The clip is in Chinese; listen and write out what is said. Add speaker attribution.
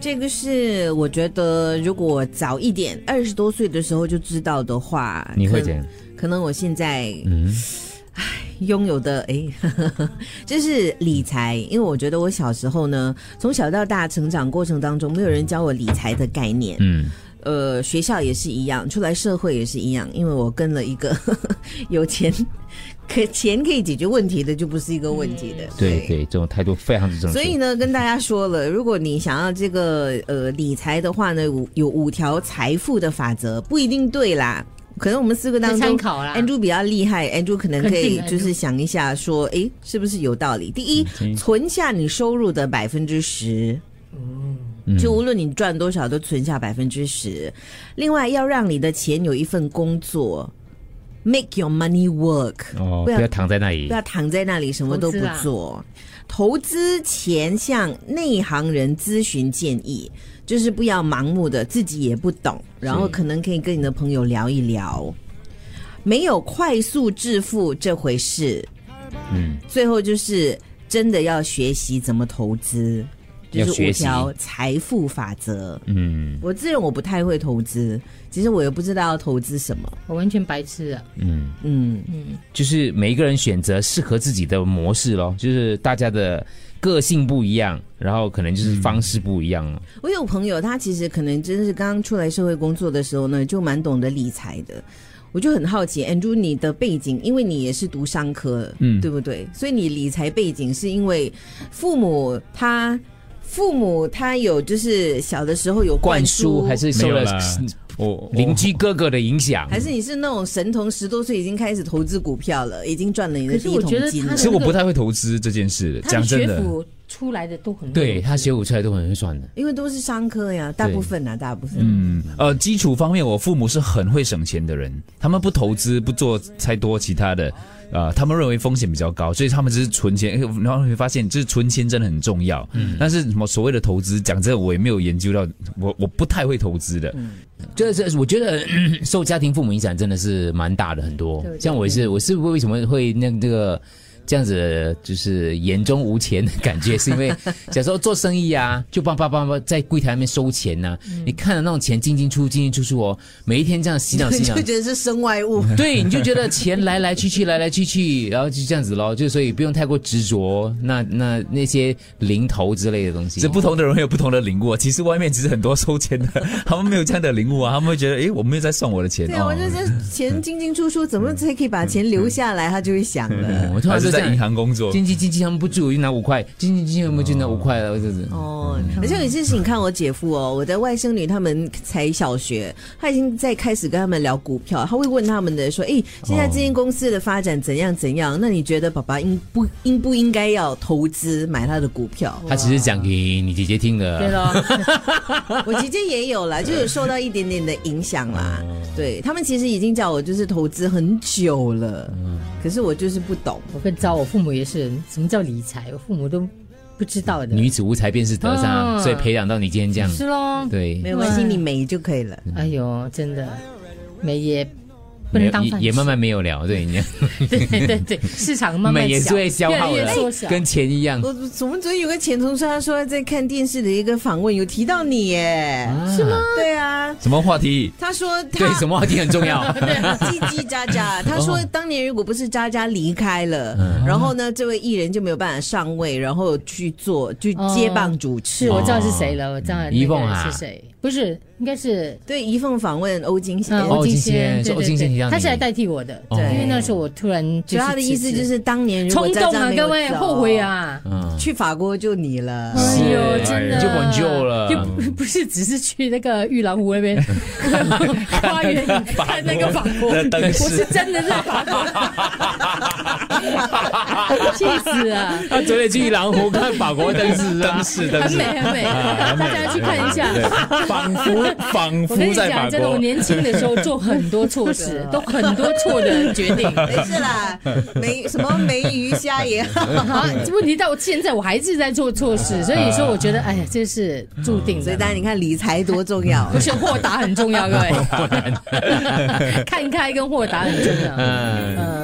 Speaker 1: 这个是我觉得，如果早一点，二十多岁的时候就知道的话，
Speaker 2: 你会
Speaker 1: 可
Speaker 2: 减？
Speaker 1: 可能我现在
Speaker 2: 嗯，
Speaker 1: 拥有的哎， 就是理财，因为我觉得我小时候呢，从小到大成长过程当中，没有人教我理财的概念。
Speaker 2: 嗯，
Speaker 1: 呃，学校也是一样，出来社会也是一样，因为我跟了一个 有钱，可钱可以解决问题的，就不是一个问题的。
Speaker 2: 对对，这种态度非常之正确。
Speaker 1: 所以呢，跟大家说了，如果你想要这个呃理财的话呢，五有五条财富的法则，不一定对啦。可能我们四个当中，
Speaker 3: 可以参考啦
Speaker 1: Andrew 比较厉害，Andrew 可能可以
Speaker 3: 肯定
Speaker 1: 就是想一下说，诶，是不是有道理？第一
Speaker 2: 嗯，
Speaker 1: 存下你收入的百分之十。就无论你赚多少，都存下百分之十。另外，要让你的钱有一份工作，make your money work。
Speaker 2: 哦，
Speaker 1: 不
Speaker 2: 不
Speaker 1: 要
Speaker 2: 要躺在那里
Speaker 1: 不。要躺在那里什么都不做。投资前向内行人咨询建议，就是不要盲目的，自己也不懂，然后可能可以跟你的朋友聊一聊。没有快速致富这回事，
Speaker 2: 嗯，
Speaker 1: 最后就是真的要学习怎么投资，就
Speaker 2: 要
Speaker 1: 是五
Speaker 2: 学习
Speaker 1: 条财富法则。
Speaker 2: 嗯
Speaker 1: 我自认我不太会投资，其实我也不知道要投资什么。
Speaker 3: 我完全白痴啊！
Speaker 2: 嗯，
Speaker 1: 嗯，
Speaker 2: 就是每一个人选择适合自己的模式咯，就是大家的个性不一样，然后可能就是
Speaker 1: 嗯
Speaker 2: 方式不一样了。
Speaker 1: 我有朋友，他其实可能真是刚刚出来社会工作的时候呢，就蛮懂得理财的。我就很好奇，Andrew，你的背景，因为你也是读商科，
Speaker 2: 嗯
Speaker 1: 对不对？所以你理财背景是因为父母他父母他有就是小的时候有
Speaker 2: 灌
Speaker 1: 输，
Speaker 2: 输还是受
Speaker 4: 没有
Speaker 2: 了
Speaker 4: 啦我
Speaker 2: 邻居哥哥的影响，
Speaker 1: 还是你是那种神童，十多岁已经开始投资股票了，已经赚了你的
Speaker 3: 可是
Speaker 1: 第一
Speaker 3: 我觉
Speaker 1: 桶
Speaker 3: 得
Speaker 1: 金
Speaker 3: 他
Speaker 1: 了
Speaker 4: 其。实我不太会投资这件事，
Speaker 3: 他
Speaker 4: 讲
Speaker 3: 的
Speaker 4: 真
Speaker 3: 学
Speaker 4: 的，
Speaker 3: 府出来的都很
Speaker 2: 对他
Speaker 3: 学
Speaker 2: 学舞出来都很会算的。
Speaker 1: 因为都是商科呀，大部分啊，大部分。
Speaker 4: 嗯，呃，基础方面，我父母是很会省钱的人，他们不投资，不做太多其他的，呃，他们认为风险比较高，所以他们只是存钱，哎然后你会发现，就是存钱真的很重要。嗯，但是什么所谓的投资，讲真的，我也没有研究到，我我不太会投资的。
Speaker 2: 这这，我觉得 咳咳受家庭父母影响真的是蛮大的，很多
Speaker 3: 对。对
Speaker 2: 像我是，我是为什么会那这个这样子，就是眼中无钱的感觉，是因 为小时候做生意啊，就帮爸爸妈妈在柜台那边收钱呐、
Speaker 3: 嗯
Speaker 2: 你看着那种钱进进出进进出出哦，每一天这样洗脑洗
Speaker 1: 你
Speaker 2: 脑
Speaker 1: 就。觉得是身外物，
Speaker 2: 对，你就觉得钱来来去去，来来去去，然后就这样子咯，就所以不用太过执着那那那些零头之类的东西
Speaker 4: 这。不同的人会有不同的领悟啊。其实外面其实很多收钱的，他们没有这样的领悟啊，他 们会觉得，诶，我没有在算我的钱
Speaker 1: 对啊，
Speaker 4: 哦
Speaker 1: 我，就是钱进进出出，怎么才可以把钱留下来？他就会想了。
Speaker 2: 嗯我突
Speaker 4: 哦还
Speaker 2: 然
Speaker 4: 是
Speaker 2: 就这
Speaker 4: 在
Speaker 2: 样
Speaker 4: 银。行工作。
Speaker 2: 经济经济他们不住，我就拿五块；经济经济他们就拿五块了，这样子。
Speaker 1: 哦，而且有些事情，你看我姐夫哦，我的外甥女他们才小学，他已经在开始跟他们聊股票，他会问他们的说：“诶，现在这间公司的发展怎样怎样？那你觉得爸爸应不应不应该要投资买他的股票？”
Speaker 2: 他只是讲给你姐姐听
Speaker 3: 对
Speaker 2: 的。
Speaker 3: 咯，
Speaker 1: 我姐姐也有啦，就有受到一点点的影响啦。对他们其实已经叫我就是投资很久了，可是我就是不懂。
Speaker 3: 我更糟，我父母也是，什么叫理财？我父母都不知道的。
Speaker 2: 女子无才便是德
Speaker 3: 啊
Speaker 2: 商，所以培养到你今天这样。
Speaker 3: 是咯，
Speaker 2: 对
Speaker 1: 没，有关系，你美就可以了。
Speaker 3: 哎呦，真的，美也不能当
Speaker 2: 也
Speaker 3: 饭吃
Speaker 2: 也慢慢没有了。对，你
Speaker 3: 对对对，市场慢慢
Speaker 2: 美也是
Speaker 3: 小
Speaker 2: 会消耗
Speaker 3: 越来越缩
Speaker 2: 的
Speaker 3: 小，
Speaker 2: 跟钱一样。
Speaker 1: 我我们昨天有个前同事，他说在看电视的一个访问，有提到你耶，是吗？对啊，
Speaker 4: 什么话题？
Speaker 1: 他说他
Speaker 2: 对，什么话题很重要？
Speaker 1: 叽叽喳喳，他说当年如果不是渣渣离开了，
Speaker 2: 哦
Speaker 1: 然后呢，这位艺人就没有办法上位，然后去做去接棒主持。
Speaker 3: 是
Speaker 2: 哦
Speaker 3: 我知道是谁了，我知道那
Speaker 2: 怡凤啊
Speaker 3: 个是谁，不是，应该是
Speaker 1: 对一凤访问欧金贤，
Speaker 3: 嗯
Speaker 2: 哦
Speaker 3: 金
Speaker 2: 欧金仙是
Speaker 3: 对
Speaker 2: 欧金
Speaker 3: 对
Speaker 2: 仙提
Speaker 3: 对，
Speaker 2: 到
Speaker 3: 他
Speaker 2: 你
Speaker 3: 是来代替我的，
Speaker 2: 对
Speaker 3: 因为那时候我突然
Speaker 1: 所
Speaker 3: 就
Speaker 1: 以他的意思就是是当年如果
Speaker 3: 冲
Speaker 1: 渣
Speaker 3: 动
Speaker 1: 渣
Speaker 3: 啊，
Speaker 1: 没有
Speaker 3: 各位
Speaker 1: 走
Speaker 3: 后悔，啊。
Speaker 2: 嗯，
Speaker 1: 去法国就你了。
Speaker 3: 哎呦，
Speaker 2: 是
Speaker 3: 真的
Speaker 2: 就挽救了
Speaker 3: 就不不是只是去那个玉兰湖那边花园里看那个法国，
Speaker 4: 的灯饰
Speaker 3: 我是真的在法国，气死啊！
Speaker 2: 他昨天去狼湖看法国灯 饰啊
Speaker 4: 灯。饰，灯
Speaker 3: 很
Speaker 4: 饰啊
Speaker 3: 美。很美， 大家去看一下。
Speaker 4: 对仿佛仿
Speaker 3: 我跟
Speaker 4: 佛
Speaker 3: 你
Speaker 4: 在法
Speaker 3: 讲，真的，我
Speaker 4: 国。
Speaker 3: 年轻的时候做很多错
Speaker 1: 对
Speaker 3: 事
Speaker 1: 啊，
Speaker 3: 都很多错的决定。
Speaker 1: 没事啦，梅什么梅鱼虾也 好，
Speaker 3: 啊，问题到现在我还是在做错事，所以说我觉得，哎呀，这是注定
Speaker 1: 所以
Speaker 3: 的。
Speaker 1: 大家你看理财多重 要。
Speaker 3: 不是豁达很重要，各位，看开跟豁达很重要。呃
Speaker 2: 嗯，